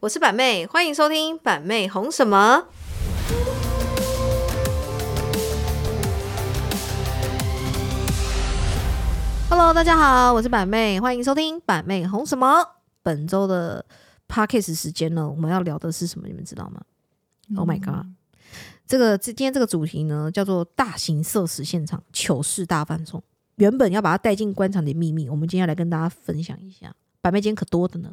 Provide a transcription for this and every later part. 我是板妹，欢迎收听板妹红什么。Hello，大家好，我是板妹，欢迎收听板妹红什么。本周的 Podcast 时间呢，我们要聊的是什么？你们知道吗、o h Oh my god！这个这今天这个主题呢，叫做大型社死现场糗事大放送。原本要把它带进官场的秘密，我们今天要来跟大家分享一下。板妹今天可多的 呢，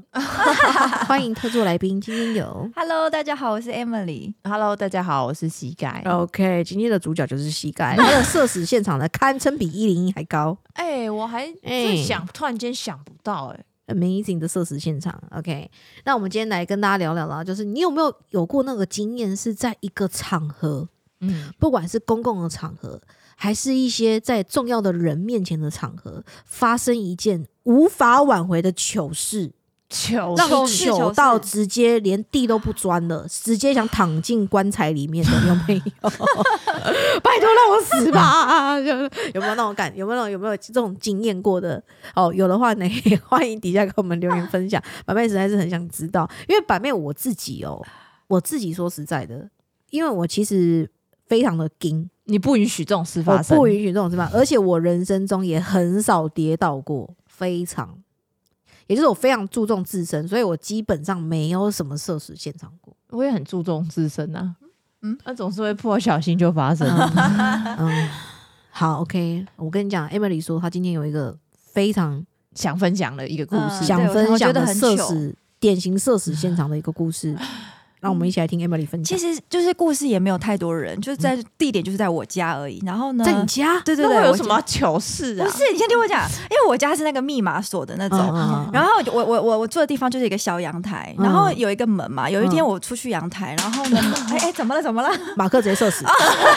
欢迎特助来宾，今天有。 Hello，大家好，我是 Emily。Hello，大家好，我是膝盖。 OK，今天的主角就是膝盖，他的社死现场呢，堪称比一零一还高哎、我还哎是想、突然间想不到、哎， ，Amazing 的社死现场。OK，那我们今天来跟大家聊聊啦，就是你有没有有过那个经验，是在一个场合，嗯，不管是公共的场合，还是一些在重要的人面前的场合，发生一件无法挽回的糗事，糗让你事哦糗糗事到直接连地都不钻了，直接想躺进棺材里面的有没有？ 拜托让我死吧！ 就是有没有那种感？有没有那种有没有这种经验过的？哦，有的话呢， 也欢迎底下跟我们留言分享。板妹实在是很想知道，因为板妹我自己哦，我自己说实在的，因为我其实非常的惊。你不允许这种事我发生，不允许这种事吧，而且我人生中也很少跌倒过，非常，也就是我非常注重自身，所以我基本上没有什么社死现场过。我也很注重自身啊。嗯嗯，那总是会不小心就发生。啊 嗯，好，OK，我跟你讲，Emily 说她今天有一个非常想分享的一个故事，嗯想对我分我享觉得的很社糗死，典型社死现场的一个故 事，让我们一起来听 Emily 分其享。实就是故事也没有太多人，就是在地点就是在我家而已。然后呢，在你家，对对那对，会有我什家么？糗事啊？不是，你先听我讲，因为我家是那个密码锁的那种。嗯然后我我我我住的地方就是一个小阳台，嗯然后有一个门嘛。有一天嗯我出去阳台，然后呢，哎哎，怎么了怎么了？马克直接社死。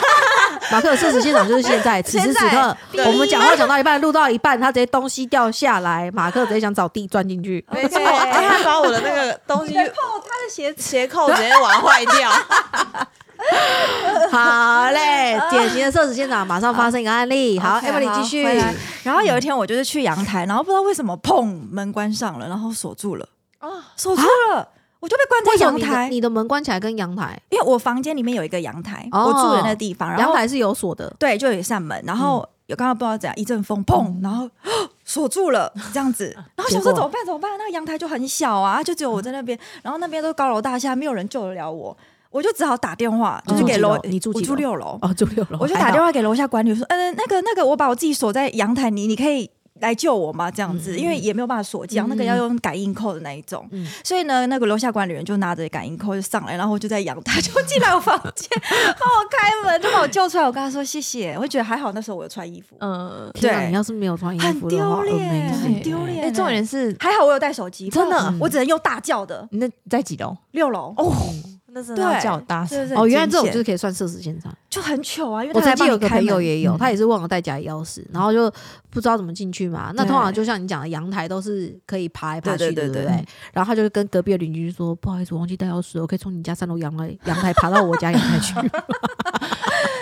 马克的社死现场就是现在，此时此现刻在，我们讲话讲到一半，录到一半，他直接东西掉下来，马克直接想找地钻进 去。 没错，哎他把我的那个东 西他的鞋子鞋扣直接玩坏掉。好嘞，典型的社死现场，马上发生一个案例。好 OK， ，Emily 好继续。回来然后有一天我就是去阳台，然后不知道为什么砰门关上了，然后锁住了，啊，锁住了，我就被关在为什阳么你的台。你的门关起来跟阳台？因为我房间里面有一个阳台，哦我住的那个地方，然阳后台是嗯有锁的。对，就有一扇门，然后有刚刚不知道怎样一阵风，砰，然后哦锁住了，这样子，然后嗯想结果说嗯怎么办？怎么办？那个阳台就很小啊，就只有我在那边，然后那边都高楼大厦，没有人救得了我，我就只好打电话，哦你就住是给几楼楼，你住我几住楼六楼，哦，住六楼我就打电。话给楼下管理我说，嗯，那个那个，我把我自己锁在阳台里，你可以。来救我吗？这样子，因为也没有办法锁机，然后啊那个要用感应扣的那一种，嗯所以呢，那个楼下管理员就拿着感应扣就上来，然后我就在阳台就进来我房 间，帮我开门，就把我救出来。我跟他说谢谢，我就觉得还好，那时候我有穿衣服， 嗯，对，天啊对你要是没有穿衣很服的话哦丢，脸，很丢脸欸。哎，重点是还好我有带手机，真的嗯不然我只能用大叫的你那你在几楼？六楼，哦，那真的要对叫我大是声不。是哦，很原来这种惊就是险可以算社死现场。就很糗啊，因为我他曾还经帮有你个开朋友门。也有，嗯他也是忘了带家里钥匙，然后就不知道怎么进去嘛。那通常就像你讲的，阳台都是可以爬来爬去的，对对不对对对？然后他就跟隔壁的邻居说：“不好意思，我忘记带钥匙了，我可以从你家三楼阳台阳台爬到我家阳台 去。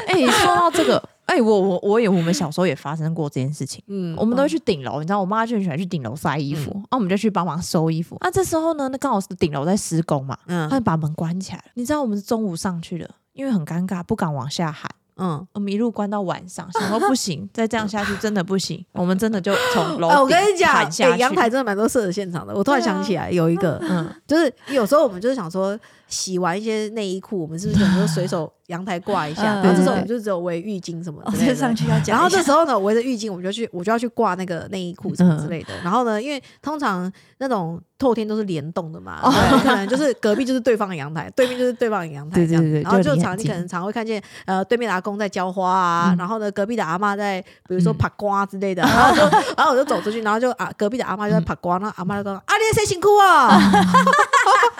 哎、说到这个，哎、我我我也我们小时候也发生过这件事情”。嗯我们都会去顶楼，你知道，我妈就很喜欢去顶楼晒衣服，那、啊我们就去帮忙收衣服。那、啊这时候呢，那刚好是顶楼在施工嘛，她嗯就把门关起来了。你知道我们是中午上去的，因为很尴尬，不敢往下喊，嗯。我们一路关到晚上，想说不 行，再这样下去真的不行，我们真的就 从楼、哎、我跟你讲，喊下哎去。阳、台真的蛮多社死现场的。我突然对啊想起来有一个，嗯，就是有时候我们就是想说，洗完一些内衣裤，我们是不是有时候随手阳台挂一下？嗯然后这时候我对对对们就只有围浴巾什么哦，之类这的。上去要讲然后一下，这时候呢，我围着浴巾，我们就去，我就要去挂那个内衣裤什么之类的。嗯然后呢，因为通常那种透天都是联动的嘛，哦对可能就是隔壁就是对方的阳台，对面就是对方的阳台对这样子。对对然后就就离很常你近可能常会看见呃对面的阿公在浇花啊，嗯然后呢隔壁的阿妈在比如说嗯爬瓜之 类的，然后就然后我就走出去，然后就啊隔壁的阿妈嗯就在爬瓜，然后阿妈就说：“啊，你谁辛苦 啊？”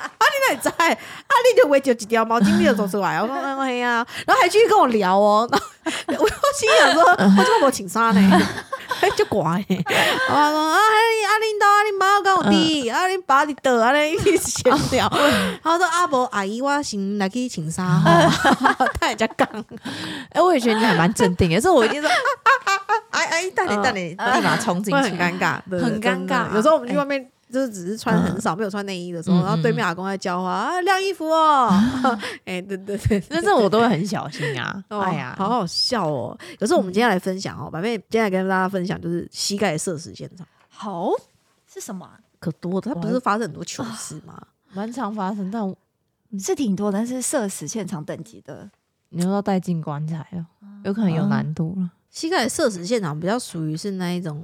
啊，你哪在？啊，你就围着一条毛巾，你就走出来。我说：“嗯，哎呀。”然后还继续跟我聊哦，然后 我心想说：“嗯我怎么没穿衫呢？” 哎，就乖欸，我妈说啊，你啊，恁兜啊，恁妈跟我弟，嗯啊，恁爸伫倒，啊，尼一起闲 聊。哦他说啊，无阿姨，我先来去穿衫吼，太人家讲，哎、我也觉得你还蛮镇定的，这我一定说 哎哎，等嗯你等你，立马冲进嗯会去 很。尴尬，对嗯很对真尴尬的有时候我们去哎外面就是只是穿很少，没有穿内衣的时候，嗯嗯然后对面阿公在教话啊晾衣服 哦，哎、对对对，那这我都会很小心 啊。哦、哎呀，好好笑哦。可是我们今天来分享哦，板妹今天来跟大家分享就是膝盖射死现场，好是什么、啊？可多的，它不是发生很多糗事吗？蛮常发生，但我嗯是挺多的，但是社死现场等级的，你说要带进棺材了，哦有可能有难度了。膝盖射死现场比较属于是那一种，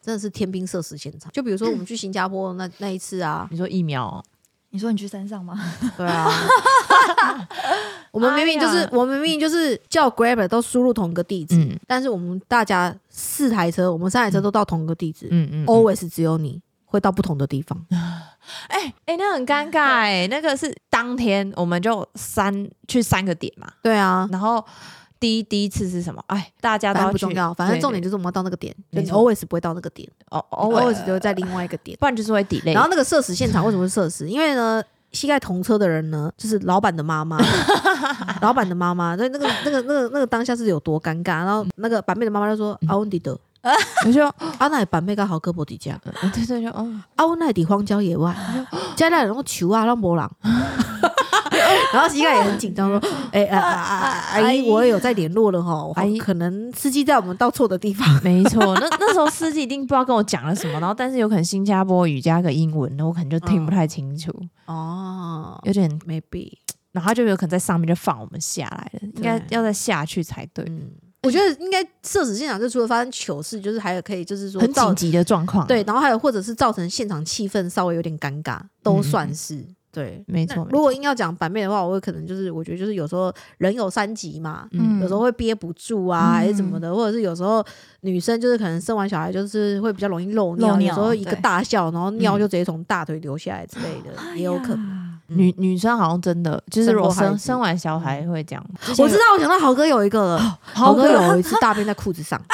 真的是天兵射死现场。就比如说我们去新加坡那那一次啊，你说疫苗哦，你说你去山上吗？对啊，我们明明就是、哎呀我们明明就是叫 Grab 都输入同一个地址，嗯但是我们大家四台车，我们三台车都到同一个地址、嗯嗯， a l w a y s 只有你会到不同的地方。哎、哎、那很尴尬哎、那个是当天我们就三去三个点嘛，对啊，然后第一第一次是什么？哎，嗯大家都反要正去不重要，反正重点对就是我们要到那个点，就没你错 always 不会到那个点对哦你偶尔， ，always 就会在另外一个点。不然就是会 delay。然后那个社死现场为什么会社死？因为呢，膝盖同车的人呢，就是老板的 妈妈，老板的妈妈，所以那个那个那个那个当下是有多尴尬。然后那个板妹的妈妈就嗯说：“啊阿温迪德，我就阿奶啊板妹跟好胳膊底下，嗯对对就哦，阿温奈底荒郊野 外，家里人 求啊，让波浪。”然后膝盖也很紧张， 说：“哎、啊啊啊阿姨，我有在联络了哈，阿阿姨姨可能司机带我们到错的地方。”没错，那那时候司机一定不知道跟我讲了什么，然后但是有可能新加坡语加个英文，我可能就听不太清楚，哦有点， ，maybe，然后他就有可能在上面就放我们下来了，应该对要再下去才对，嗯，我觉得应该社死现场，就除了发生糗事，就是还有可以，就是说很造紧急的状况，啊对，，然后还有或者是造成现场气氛稍微有点尴尬，都嗯算是、对。没那错，如果硬要讲版面的话，我会可能就是我觉得就是有时候人有三急嘛。嗯 有时候会憋不住啊，还是怎么的，或者是有时候女生就是可能生完小孩就是会比较容易漏漏有时候尿一个对大笑，然后尿嗯就直接从大腿流下来之类的，也有可能。能。女女生好像真的就是嗯生如果过孩嗯生子生完小孩会这样，我知道，我想到豪哥有一个了，豪哥有一次大便在裤子上，啊！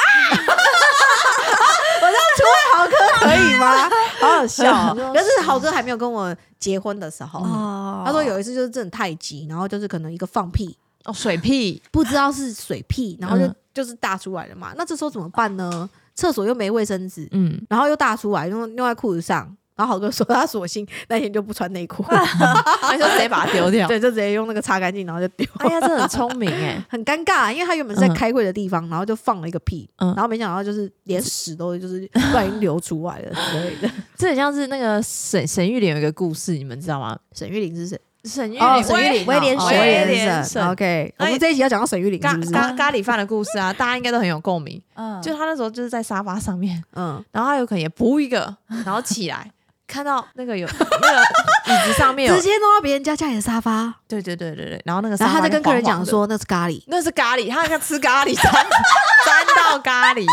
我这样除外豪哥可以吗？好好笑哦！但是豪哥还没有跟我结婚的时候， 哦他说有一次就是真的太急，然后就是可能一个放屁，哦水屁，不知道是水屁，然后就、嗯就是大出来了嘛。那这时候怎么办呢？厕所又没卫生纸， 嗯，然后又大出来，用用在裤子上。然后豪哥说他索性那天就不穿内 裤，那你就直接把它丢 掉。对，就直接用那个擦干净，然后就丢。哎呀，这很聪明哎，很尴尬，因为他原本是在嗯开会的地方，然后就放了一个屁，嗯然后没想到就是连屎都就是不小心流出来了之类的。这很像是那个沈沈玉莲有一个故事，你们知道吗？ 沈玉玲是谁？沈玉哦，莲，沈玉玲，威廉廉沈，沈，威廉廉沈沈。OK，我哎们这一集要讲到沈玉玲咖是不是？咖咖喱饭的故事啊，大家应该都很有共鸣。嗯，就他那时候就是在沙发上面，嗯，然后他有可能也扑一个，然后起来看到那个有那个椅子上面有直，接弄到别人家家里的沙发，对对对对对，然后那个沙然发后他在跟就客人黄黄讲的说那是咖喱，那是咖喱，他像吃咖喱沾 沾到咖喱。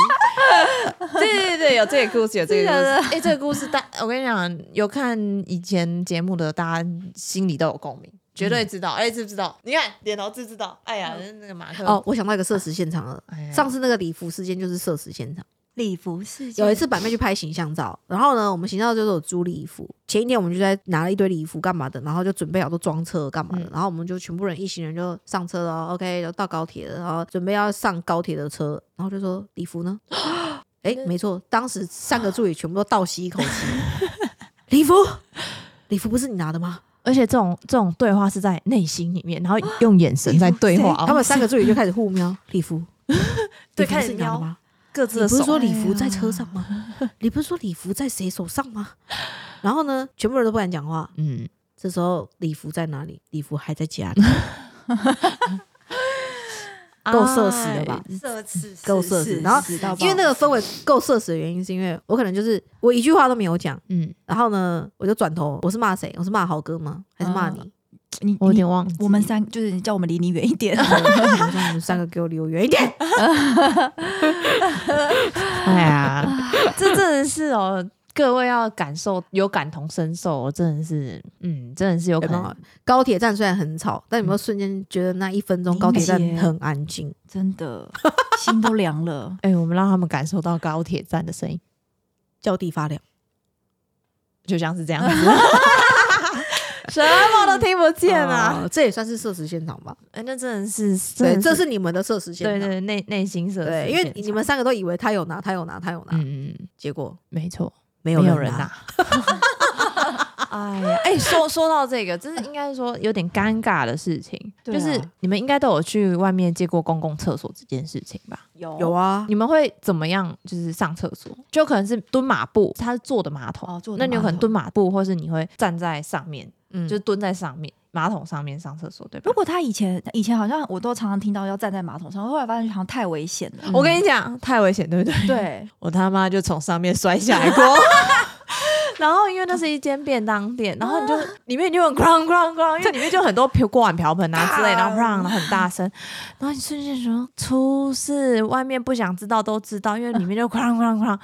对对对，有这个故事，有这个故事。哎、这个故事，但我跟你讲，有看以前节目的，大家心里都有共鸣，绝对知道。哎、知不知道？你看点头，知不知道？哎呀，那个马克哦，，我想到一个社死现场了。哎呀上次那个礼服事件就是社死现场。礼服事件有一次板妹去拍形象照，然后呢，我们形象照就是有租礼服。前一天我们就在拿了一堆礼服干嘛的，然后就准备好都装车干嘛的，嗯然后我们就全部人一行人就上车了，OK，然后到高铁了，然后准备要上高铁的车，然后就说礼服 呢？哎，没错，当时三个助理全部都倒吸一口气， 礼服，礼服不是你拿的吗？而且这种这种对话是在内心里面，然后用眼神在对话哦，他们三个助理就开始互瞄礼 服，对礼服开是始你拿的瞄吗？各你自不的是手。说礼服在车上吗？ 你不是说礼服在谁手上吗？ 然后呢，全部人都不敢讲话。嗯，这时候礼服在哪里？礼服还在家里，够社死哎了吧？社死够社死然后因为那个氛围够社死的原因，是因为我可能就是我一句话都没有讲，嗯，然后呢，我就转头，我是骂谁？我是骂豪哥吗？还是骂你？ 你我有点忘记。我们三就是叫我们离你远一 点。我说你们三个给我离我远一点。哎呀， 这真的是哦，各位要感受有感同身受哦，真的是，嗯，真的是有有可没能有。高铁站虽然很吵，但有没有瞬间觉得那一分钟高铁站理解很安静？真的，心都凉了。哎、我们让他们感受到高铁站的声音，叫地发凉。就像是这样子， 什么都听不见啊！哦这也算是社死现场吧？哎、那真的是，真对，的这是你们的社死现对场。对内内心社死对，现因场，为你们三个都以为他有拿，他有拿，他有拿，嗯嗯，嗯结果没错，没有没有人人拿拿。哎呀，哎，说说到这个，真是应该说有点尴尬的事情，对啊就是你们应该都有去外面借过公共厕所这件事情吧？有 有啊，你们会怎么样？就是上厕所，就可能是蹲马步，它是坐的马桶，哦坐的那你有可马能桶蹲马步，或是你会站在上面，嗯，就是蹲在上面马桶上面上厕所，对吧如？果他以前以前好像我都常常听到要站在马桶上，后来发现好像太危险了。我跟你讲，太危险，对不对？嗯对，我他妈就从上面摔下来过。 然后因为那是一间便当店，然后你就里面就很哐哐哐，因为里面就很多瓢锅碗瓢盆啊之类，然后然后很大声，然后你瞬间说出事，外面不想知道都知道，因为里面就哐哐哐。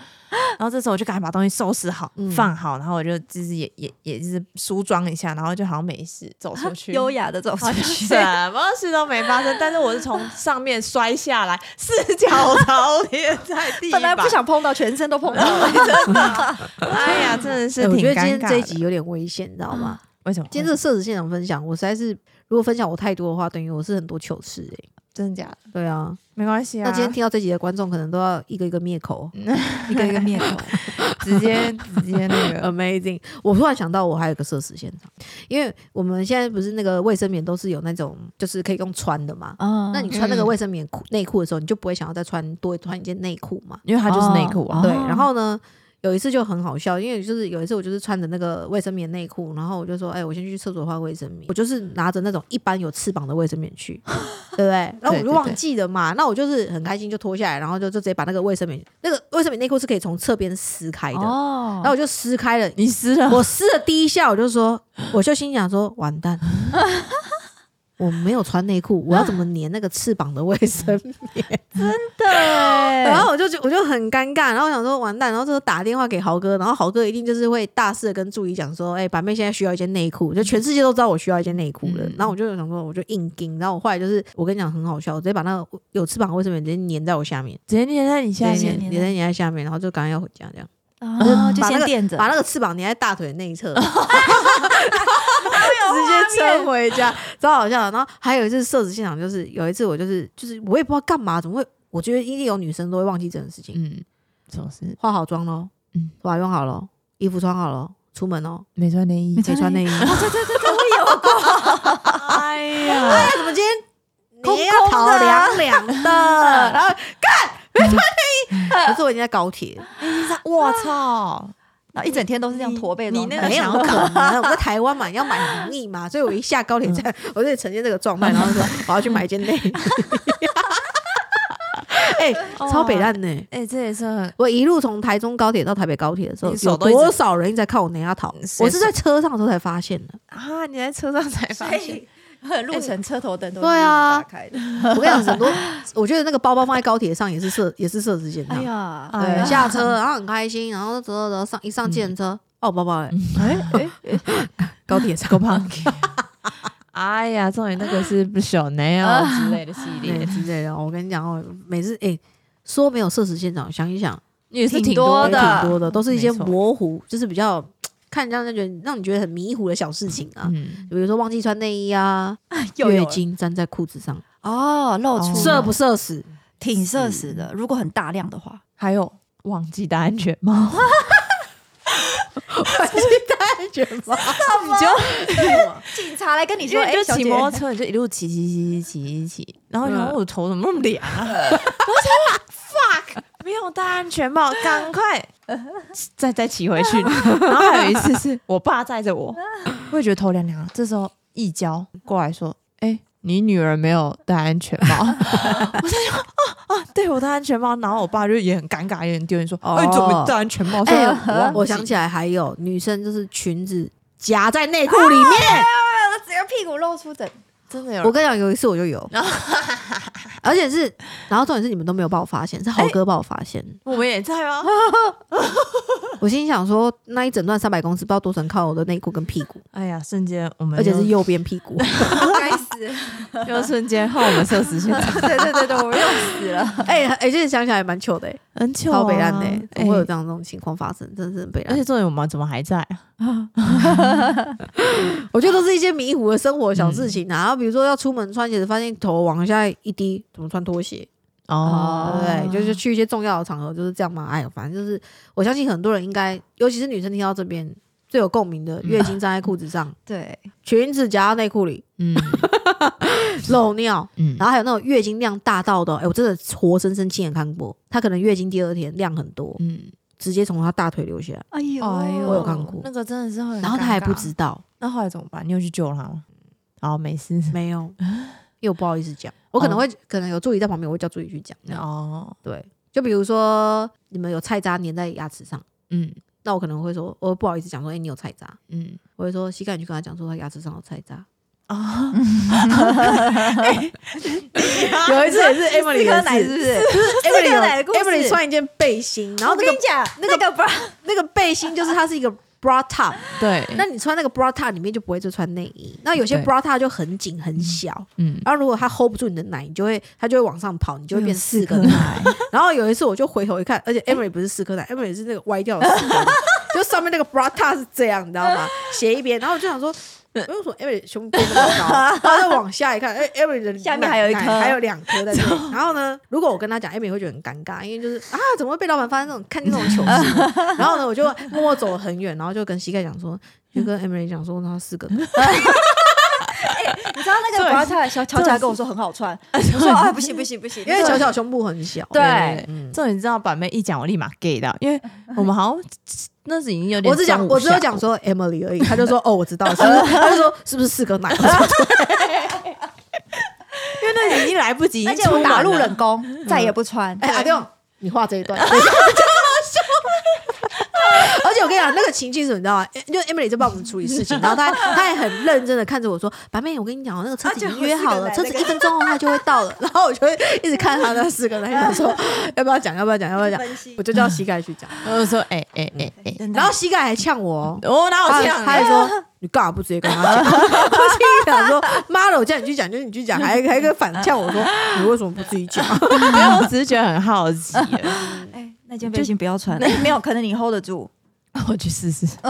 然后这时候我就赶紧把东西收拾好、放好，然后我就就是也也也就是梳妆一下，然后就好像没事走出 嗯去，优雅的走出去，啊啊什么事都没发生，但是我是从上面摔下来，四脚朝天在地 板。本来不想碰到，全身都碰到 了。 哎呀，真的是哎我挺觉得尴尬今的。天嗯这一集有点危险，你知道吗？为什么？今天这个社死现场分享，我实在是如果分享我太多的话，等于我是很多糗事哎、真的假的？对啊，没关系啊，嗯那今天听到这集的观众可能都要一个一个灭口。一个一个灭口， 直接直接那个 Amazing！我突然想到，我还有个社死现场，因为我们现在不是那个卫生棉都是有那种，就是可以用穿的嘛。嗯那你穿那个卫生棉裤内裤的时候，你就不会想要再穿多穿一件内裤嘛？因为它就是内裤啊哦。对。然后呢，有一次就很好笑，因为就是有一次我就是穿着那个卫生棉内裤，然后我就说：“哎、我先去厕所换卫生棉。”我就是拿着那种一般有翅膀的卫生棉 去，对不对？然后我对就对忘对记了嘛，那我就是很开心就脱下来，然后就就直接把那个卫生棉那个卫生棉内裤是可以从侧边撕开的，哦然后我就撕开了。你撕了，我撕了第一下，我就说，我就心想说，完蛋， 我没有穿内裤，我要怎么粘那个翅膀的卫 生棉？对然后我就觉我就很尴尬，然后我想说完蛋，然后这时候打电话给豪哥，然后豪哥一定就是会大肆的跟助理讲说，哎、板妹现在需要一件内裤，就全世界都知道我需要一件内裤了。嗯然后我就想说，我就硬盯，然后我后来就是我跟你讲很好笑，我直接把那个有翅膀的卫生棉直接粘在我下面，直接粘在你下粘直接粘粘，面粘在粘在下面，然后就赶快要回家这样，哦，就把那先个垫着，把那个翅膀粘在大腿的内 侧。直接撑回家，超好笑的。然后还有一次社死现场，就是有一次我就是就是我也不知道干嘛，怎么会？我觉得一定有女生都会忘记这种事情。嗯，总是化好妆喽，嗯头发用好喽，衣服穿好喽，出门 喽，没穿内衣没。没穿内衣。哎，哎呀，怎 么今天空你要空跑的啊凉凉的？ 嗯然后干没穿内衣，可是我已经在高铁，我操！然后一整天都是这样驼背的你状你态，那个没有想可能。 我在台湾嘛，要买很腻嘛，所以我一下高铁嗯站， 我就呈现这个状态，然后 说我要去买一件内 衣。哎，超北烂呢！哎，这也是 很我一路从台中高铁到台北高铁的时候，你手有都一直嗯多少人一直在看我拿桃？谁我是在车上的时候才发现的。啊！你在车上才发现，路程车头灯都对啊打开的。我跟你讲，很多，我觉得那个包包放在高铁上也是设，也是设置现场。哎呀，哎对，呀啊下车然后很开心，然后走走走上一上计程车，哦，包包哎，哎哎，高铁上胖。 哎呀，终于那个是不小 nail 之类的系对列，哎之类的。我跟你讲哦，每次哎说没有设置现场，想一想也是挺多多也的挺多的，都是一些没错模糊，就是比较看让人家觉得让你觉得很迷糊的小事情啊。嗯，比如说忘记穿内衣啊，哎 又有月了经粘在裤子上，哦，嗯露出哦射不射 死？挺射死的。如果很大量的话，还有忘记戴安全帽，太绝望，你 就 警察来跟你哎因为你就骑摩托车，车，你就一路骑骑骑骑骑骑，然后然后嗯我头怎么那么凉啊？我想说 fuck，没有戴安全帽，赶快再再骑回去。然后还有一次是我爸载着我，我也觉得头凉凉。这时候一娇过来说：“哎、你女儿没有戴安全帽。”我在想啊啊，对我戴安全帽，然后我爸就也很尴尬，也很丢脸，说：“哎、哦你怎么没戴安全帽？”哎说我忘，记我想起来还有女生就是裙子夹在内裤里面。只要屁股露 出整，真的有人我跟你讲，有一次我就 有，而且是，然后重点是你们都没有帮我发哎现，是豪哥帮我发现。我们也在啊吗？我心想说，那一整段三百公尺，不知道多少人靠我的内裤跟屁股，哎呀，瞬间我们而且又是右边屁 股。该死！又瞬间换我们社死现场。对对对对，我又死了。哎哎，这想起来蛮糗的欸， 很糗、啊，超北烂的欸，哎怎么会有这样这种情况发生？真的是很北而烂且。重点我们怎么还在啊？我觉得都是一些迷糊的嗯生活小事情啊。然后比如说要出门穿鞋子，发现头往下一低，怎么穿拖鞋？哦，对，就是去一些重要的场合就是这样嘛。哎呦，反正就是我相信很多人应该，尤其是女生听到这边最有共鸣的，月经粘在裤子上， 对，裙子夹到内裤 里，嗯漏尿， 嗯，然后还有那种月经量大到的哦，哎、我真的活生生亲眼看过，她可能月经第二天量很多，嗯，直接从她大腿流下来，哎呦我有看过那个真的是会，然后她还不，知道，那后来怎么办？你有去救他吗？好，没事。没 有，因为我不好意思讲，我可嗯能会、可能有助理在旁边，我会叫助理去讲。哦，对，就比如说你们有菜渣粘在牙齿上，嗯那我可能会说，我不好意思讲说，哎、你有菜渣，嗯，我会说膝盖，你去跟他讲说他牙齿上有菜渣。 哎哦，有一次也是哎四 Emily 颗的哎奶是事不 是？ ，Emily 四颗奶的故有事 Emily 穿一件背心，然后我那跟你个讲， 那个不那个背心就是它是一个 bra top，嗯嗯对，那你穿那个 bra top 里面就不会就穿内衣，那有些对 bra top 就很紧很小，嗯然后如果它 hold 不住你的奶，你就会它就会往上跑，你就哎会变四个奶。 奶，哎然后有一次我就回头一看，而且 Emily 不是四颗奶，Emily 是那个歪掉的四颗奶，就上面那个 bra top 是这样，你知道吗？斜一边，然后我就想说。嗯为什么 Emily 胸部那么高？然后再往下一看，哎，Emily 的下面还有一奶颗还有两颗在这里。 然后呢，如果我跟他讲，Emily 会觉得很尴尬，因为就是啊，怎么会被老板发现这种看见这种糗事？然后呢，我就默默走了很远，然后就跟膝盖讲说，就跟 Emily 讲说，他四个 奶，你知道那个不要太小乔乔跟我说很好 穿，我说啊不行不行不行，因为小小胸部很小。对啊嗯这你知道板妹一讲，我立马 get 到，因为我们好像那是已经有点，我只讲，我只有讲，说 Emily 而已，他就说哦，我知道，是不是？ 他就说是不是四 个奶？我说因为那已经来不及， 而且我打入冷宫，再也不穿。哎，阿亮，你画这一 段，而且我跟你讲，那个情境是什么，你知道吗？就 Emily 在帮我们处理事情，然后她她也很认真的看着我说：“白妹，我跟你讲哦，那个车子已经约好了，车子一分钟后啊它就会到了。”然后我就会一直看她那四个人，想说要不要讲，要不要讲，要不要讲，分析我就叫膝盖去讲，我就说，哎哎哎 哎，真的然后膝盖还呛我哦。我哪他还有这啊他还哎样？说你干嘛不直接跟他讲？ 我心里想说，妈的，我叫你去讲就是你去讲，还还跟反呛我 说你为什么不自己讲？ 没有，我只是觉得很好奇，哎，那件背心不要穿，没有可能你 hold 得住。 我去试试，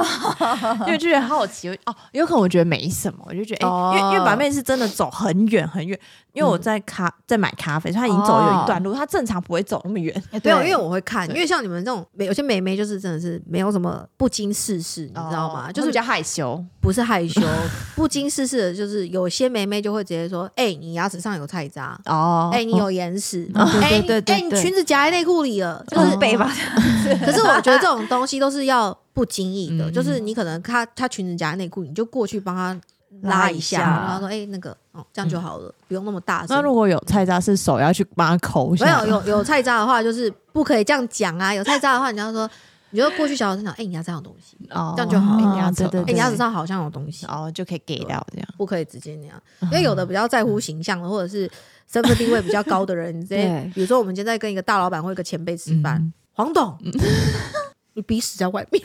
因为就觉得好奇我哦，有可能我觉得没什么，我就觉得哎、哦因为因为板妹是真的走很远很远，因为我在咖、在买咖啡，所以她已经走有一段路，她正常不会走那么远，没有，哎因对为我会看，对因为像你们这种美，有些美眉就是真的是没有什么不经世事，你知哦你知道道吗？吗？就就是比是哦比较较害羞，不是 害羞，不经世事的，就是有些美眉就会直接说：“哎、你牙齿上有菜渣，哦哎、你有眼屎，哦对哎、对对对哎、你对裙子夹在内裤里了。”就，就是是背吧， 可是我觉得这种东西都是要不经意的，嗯就是你可能她她裙子夹在内裤，你就过去帮她拉拉一一下，下然后说：“哎、那个哦，这样就好了，不用那么大声。”那如果有菜渣是手要去帮她抠一下，没有有有菜渣的话，就是不可以这样讲啊！有菜渣的话，你要说，你就过去小小声讲，哎、你牙齿上有东西，哦，这样就好哎牙齿对对哎、对你牙齿上好像有东西，哦就可以给到这样，不可以直接那样，因为有的比较在乎形象的，或者是身份地位比较高的人，你直接对，比如说我们今天在跟一个大老板或一个前辈吃饭，嗯黄董，你鼻屎在外面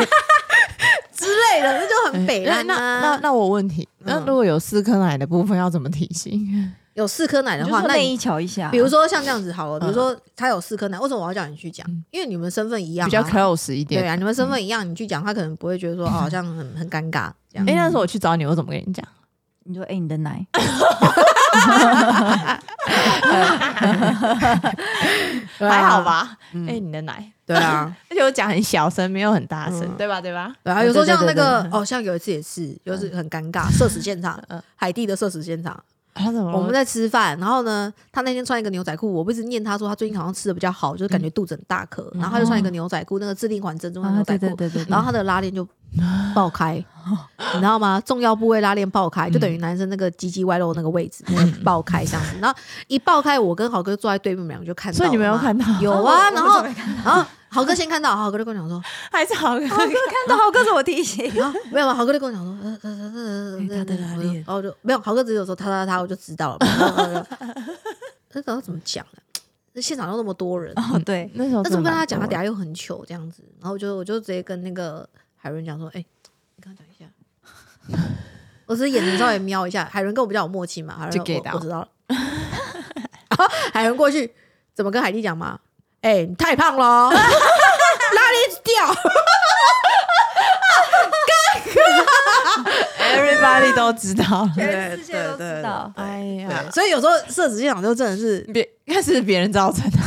之类的，那就很北哎那烂那那啊。那我问题，那嗯如果有四颗奶的部分要怎么提醒？有四颗奶的就话，是那内你衣啊瞧一下。比如说像这样子好了，嗯比如说他有四颗奶，为什么我要叫你去讲？因为你们身份一样、啊，比较 close 一对点。啊，你们身份一样，你去讲，他可能不会觉得说哦，好像很很尴尬这样。哎，那时候我去找你，我怎么跟你讲？你说，哎，你的 奶，对啊还好？吧？嗯哎，你的奶。对啊， 而且我讲很小声，没有很大声，嗯对吧？对吧？对啊，有时候对像那对对个哦，像有一次也是，就是很尴尬，社死现场，海地的社死现场，啊他怎么我们在吃饭，然后呢，他那天穿一个牛仔裤，我不是念他说他最近好像吃的比较好，就是感嗯觉肚子很大颗，然后他就穿一个牛仔裤，那个自定环珍啊珠的牛仔裤，啊对对然后他的拉链就爆 开，你知道吗？重要部位拉链爆开，就嗯等于男生那个鸡鸡外露那个位置 爆开这样子。然后一爆开，我跟豪哥就坐在对面，我们两个就看到了嘛。所以你们有看到有 啊，然后然后豪哥先看到，豪哥就跟我讲说，还是 好 看，看到哥是我提 醒，啊，没有，豪哥就跟我讲说，呃呃呃呃，呃然后我就没有，豪哥只有说他他他，我就知道了。 那个怎么讲呢？那现场又那么多人，哦 对，那时候那怎么跟他蛮讲？多他的等下又很糗这样子，然后我就我就直接跟那个海伦讲说，哎、你跟他讲一下。我只是眼神稍微瞄一下，海伦跟我比较有默契嘛，海伦就 get 我到我知道了。 然后海伦过去怎么跟海蒂讲嘛？哎、你太胖了哦，拉链掉。 ，everybody 都知道了。全世界都知道。哎呀对，啊所以有时候社死现场就真的是，别那是别人造成的，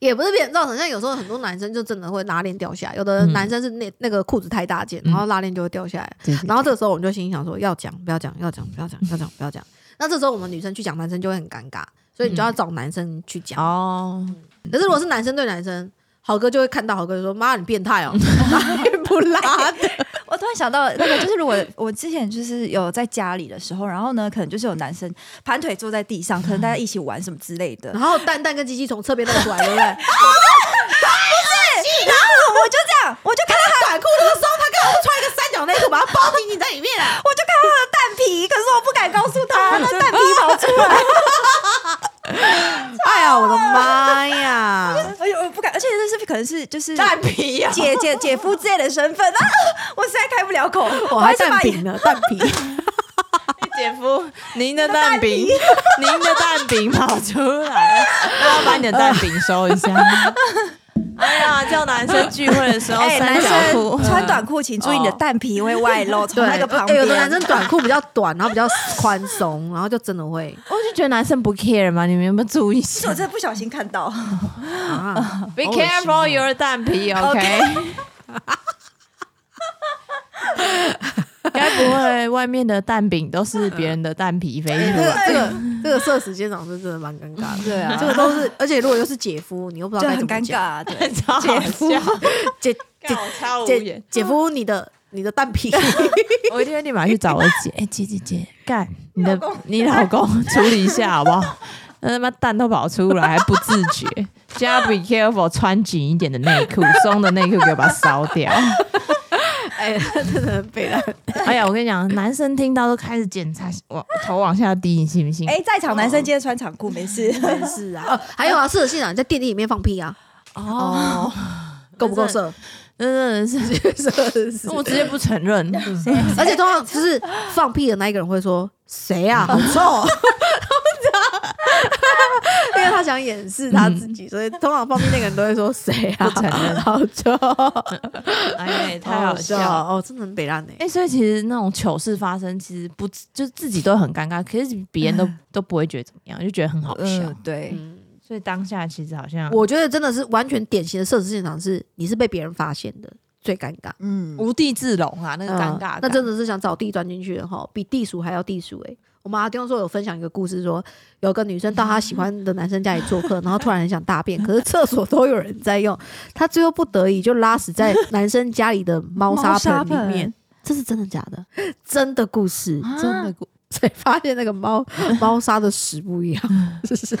也不是别人造成，像有时候很多男生就真的会拉链掉下来，有的嗯男生是那那个裤子太大件，然后拉链就会掉下来。然后这个时候我们就心里想说，要讲不要讲，要讲不要讲，要讲不要讲。那这时候我们女生去讲，男生就会很尴尬，所以你就要找男生去讲。哦，可是如果是男生对男生，豪哥就会看到豪哥就说：“妈，你变态 哦，拉链不拉的。我突然想到，那个就是如果 我之前就是有在家里的时候，然后呢，可能就是有男生盘腿坐在地上，可能大家一起玩什么之类”的，然后蛋蛋跟鸡鸡从侧边露出来， 对不对？哎然后我就这样，我就看到他，短裤的时候，他刚好穿一个三角内裤，把它包紧紧在里面啊。我就看到他的蛋皮，可是我不敢告诉 他，那蛋皮跑出来，哎呀，我的妈呀！ 而且哎我不敢，而且这是可能是就是蛋皮呀，姐姐姐夫之类的身份啊， 我实在开不了口，我我还是把蛋饼 呢，蛋饼。哎姐夫，您的蛋饼，您的蛋饼跑出来了，那要把你的蛋饼收 一下。哎呀，叫男生聚会的时候，哎，三男角裤生穿短裤，请注意你的哦蛋皮会外露，从那个旁边。呃有哎的男生短裤比较短，然后比较宽松，然后就真的 会我就觉得男生不 care 嘛，你们有没有注意一是下我真的不小心看到，啊。 ？Be 好恶心哦 careful your 蛋皮，OK？该不会外面的蛋饼都是别人的蛋皮飞这出个来？这个这个社死现场是真的蛮尴尬的。哎对啊这个都是，而且如果又是姐夫，你又不知道就该很怎么尴尬讲。啊。对， 超好笑， 姐姐搞超无姐言。姐夫，你的你的蛋 皮，我一定会立马去找我姐， 哎、姐姐姐，干你的老公你老公处理一下好不好？ 那他妈蛋都跑出来还不自觉， 就要 be careful 穿紧一点的内裤，松的内裤给我把它烧掉。 哎，真的很悲哀。哎呀，我跟你讲，男生听到都开始检查往头往下低，你信不嗯信？哎，在场哦男生今天穿长裤没事，真是啊，哦还有啊，社死现场你在电梯里面放屁啊，哦，够不够社？ 真的是，社死。我直接不承认。 而且通常就是放屁的那一个人会说：“谁 啊，好臭哦！”因为他想掩饰他自己，所以通常放屁那个人都会说：“谁啊，嗯 不承认好臭哎，！” 太好笑了。了哦，真的很北烂呢。哎、所以其实那种糗事发生，其实不就是自己都很尴尬，可是别人都、都不会觉得怎么样，就觉得很好笑。嗯，对，所以当下其实好像我觉得真的是完全典型的社死现场是，你是被别人发现的，最尴尬。嗯，无地自容啊，那个尴尬、嗯那真。的是想找地钻进去的哈，比地鼠还要地鼠哎、我妈听说有分享一个故事说有个女生到她喜欢的男生家里做客，然后突然很想大便，可是厕所都有人在用，她最后不得已就拉屎在男生家里的猫砂盆里面。这是真的假的？真的故事，啊真的故。 才发现那个猫猫砂的屎不一样，是 谁？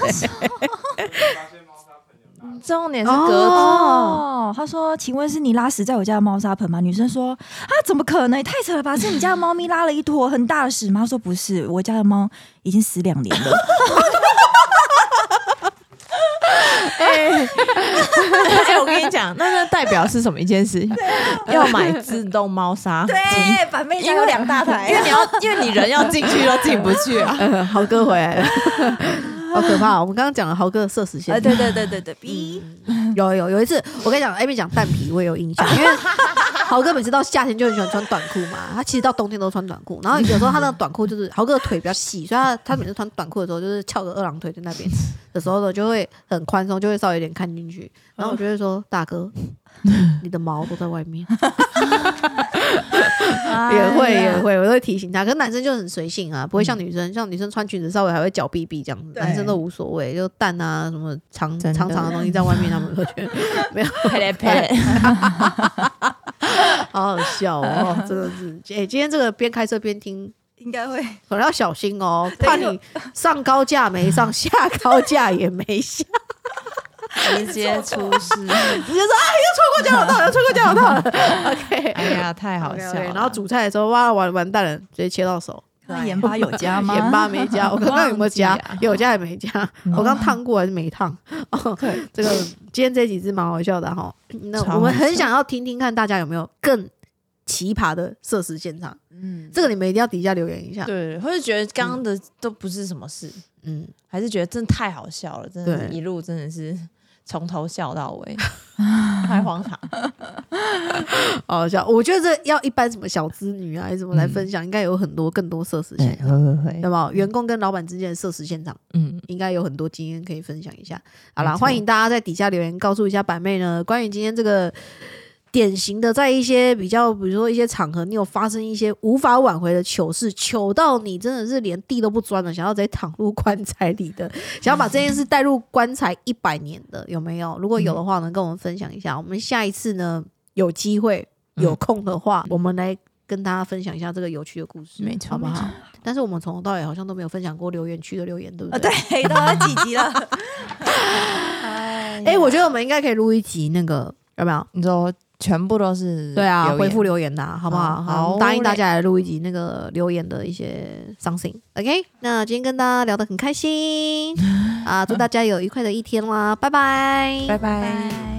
重点是哦格子， 哦，他说：“请问是你拉屎在我家的猫砂盆吗？”女生说：“啊，怎么可能？也太扯了吧！是你家的猫咪拉了一坨很大的屎吗？”他说：“不是，我家的猫已经死两年了。哎、我跟你讲，那那代表是什么一件事？ 要买自动猫砂” 机，对，反面因为因 为你要，因为你人要进去都进不去啊。 呃，豪哥回来了， 好可怕哦！我们刚刚讲了豪哥的社死现啊，场，对对对对对，B，有有有一次，我跟你讲，Amy 讲蛋皮，我也有印象， 因为豪哥每次到夏天就很喜欢穿短裤嘛，他其实到冬天都穿短裤，然后有时候他那个短裤就是豪哥的腿比较细，所以他他每次穿短裤的时候就是翘个二郎腿在那边的时候呢，就会很宽松，就会稍微有点看进去，然后我就会说：“大 哥，你的毛都在外面。” Ờ, 哎也会 dạ. 也会，我都会提醒他。可是男生就很随性啊，不会像女生，像女生穿裙子稍微还会脚逼逼这样，对男生都无所谓，就蛋啊什么长真的长长的东西在外面，他们都觉得没有，呸嘞呸嘞，好好笑 哦，真的是。哎、今天这个边开车边听，应该会。可能要小心哦，怕你上高架没 上，下高架也没下， 直接出事！直接说啊，又错过交流道了，又错过交流道了。OK，哎呀，太好 OK，OK，笑了。啊然后煮菜的时候，哇，完完蛋了，直接切到 手。那盐巴有加吗？盐巴没加，我刚刚有没有加忘记了？嗯有加也没加，我刚烫过还是没 烫？哦，这个今天这几只蛮好笑的哈。那超我们好很想要听听看大家有没有更奇葩的设施现场，嗯，这个你们一定要底下留言一下。对，或者觉得刚刚的都不是什么事，嗯，还是觉得真的太好笑了，真的是对一路真的是从头笑到 尾，太荒唐。 好笑。我觉得这要一般什么小资女啊，还是什么来分享，应该有很多更多社死现象，嗯会会对，吧？员工跟老板之间的社死现场，嗯，应该有很多经验可以分享一下。好啦，没错欢迎大家在底下留言告诉一下板妹呢，关于今天这个典型的，在一些比较，比如说一些场合，你有发生一些无法挽回的糗事，糗到你真的是连地都不钻了，想要直接躺入棺材里的，想要把这件事带入棺材一百年的，有没有？如果有的话呢，跟我们分享一下。我们下一次呢，有机会嗯有空的话，我们来。跟大家分享一下这个有趣的故事，没错好不没好错？但是我们从头到尾好像都没有分享过留言区的留言，对不啊，对？对，都要几集了。哎哎、我觉得我们应该可以录一集那个有没有？你说全部都是对啊，留言回复留言的、啊，好不好？好好，我们好答应嘞大家来录一集那个留言的一些 something。OK，那今天跟大家聊得 很开心啊，祝大家有愉快的一天啦，拜拜，拜拜。拜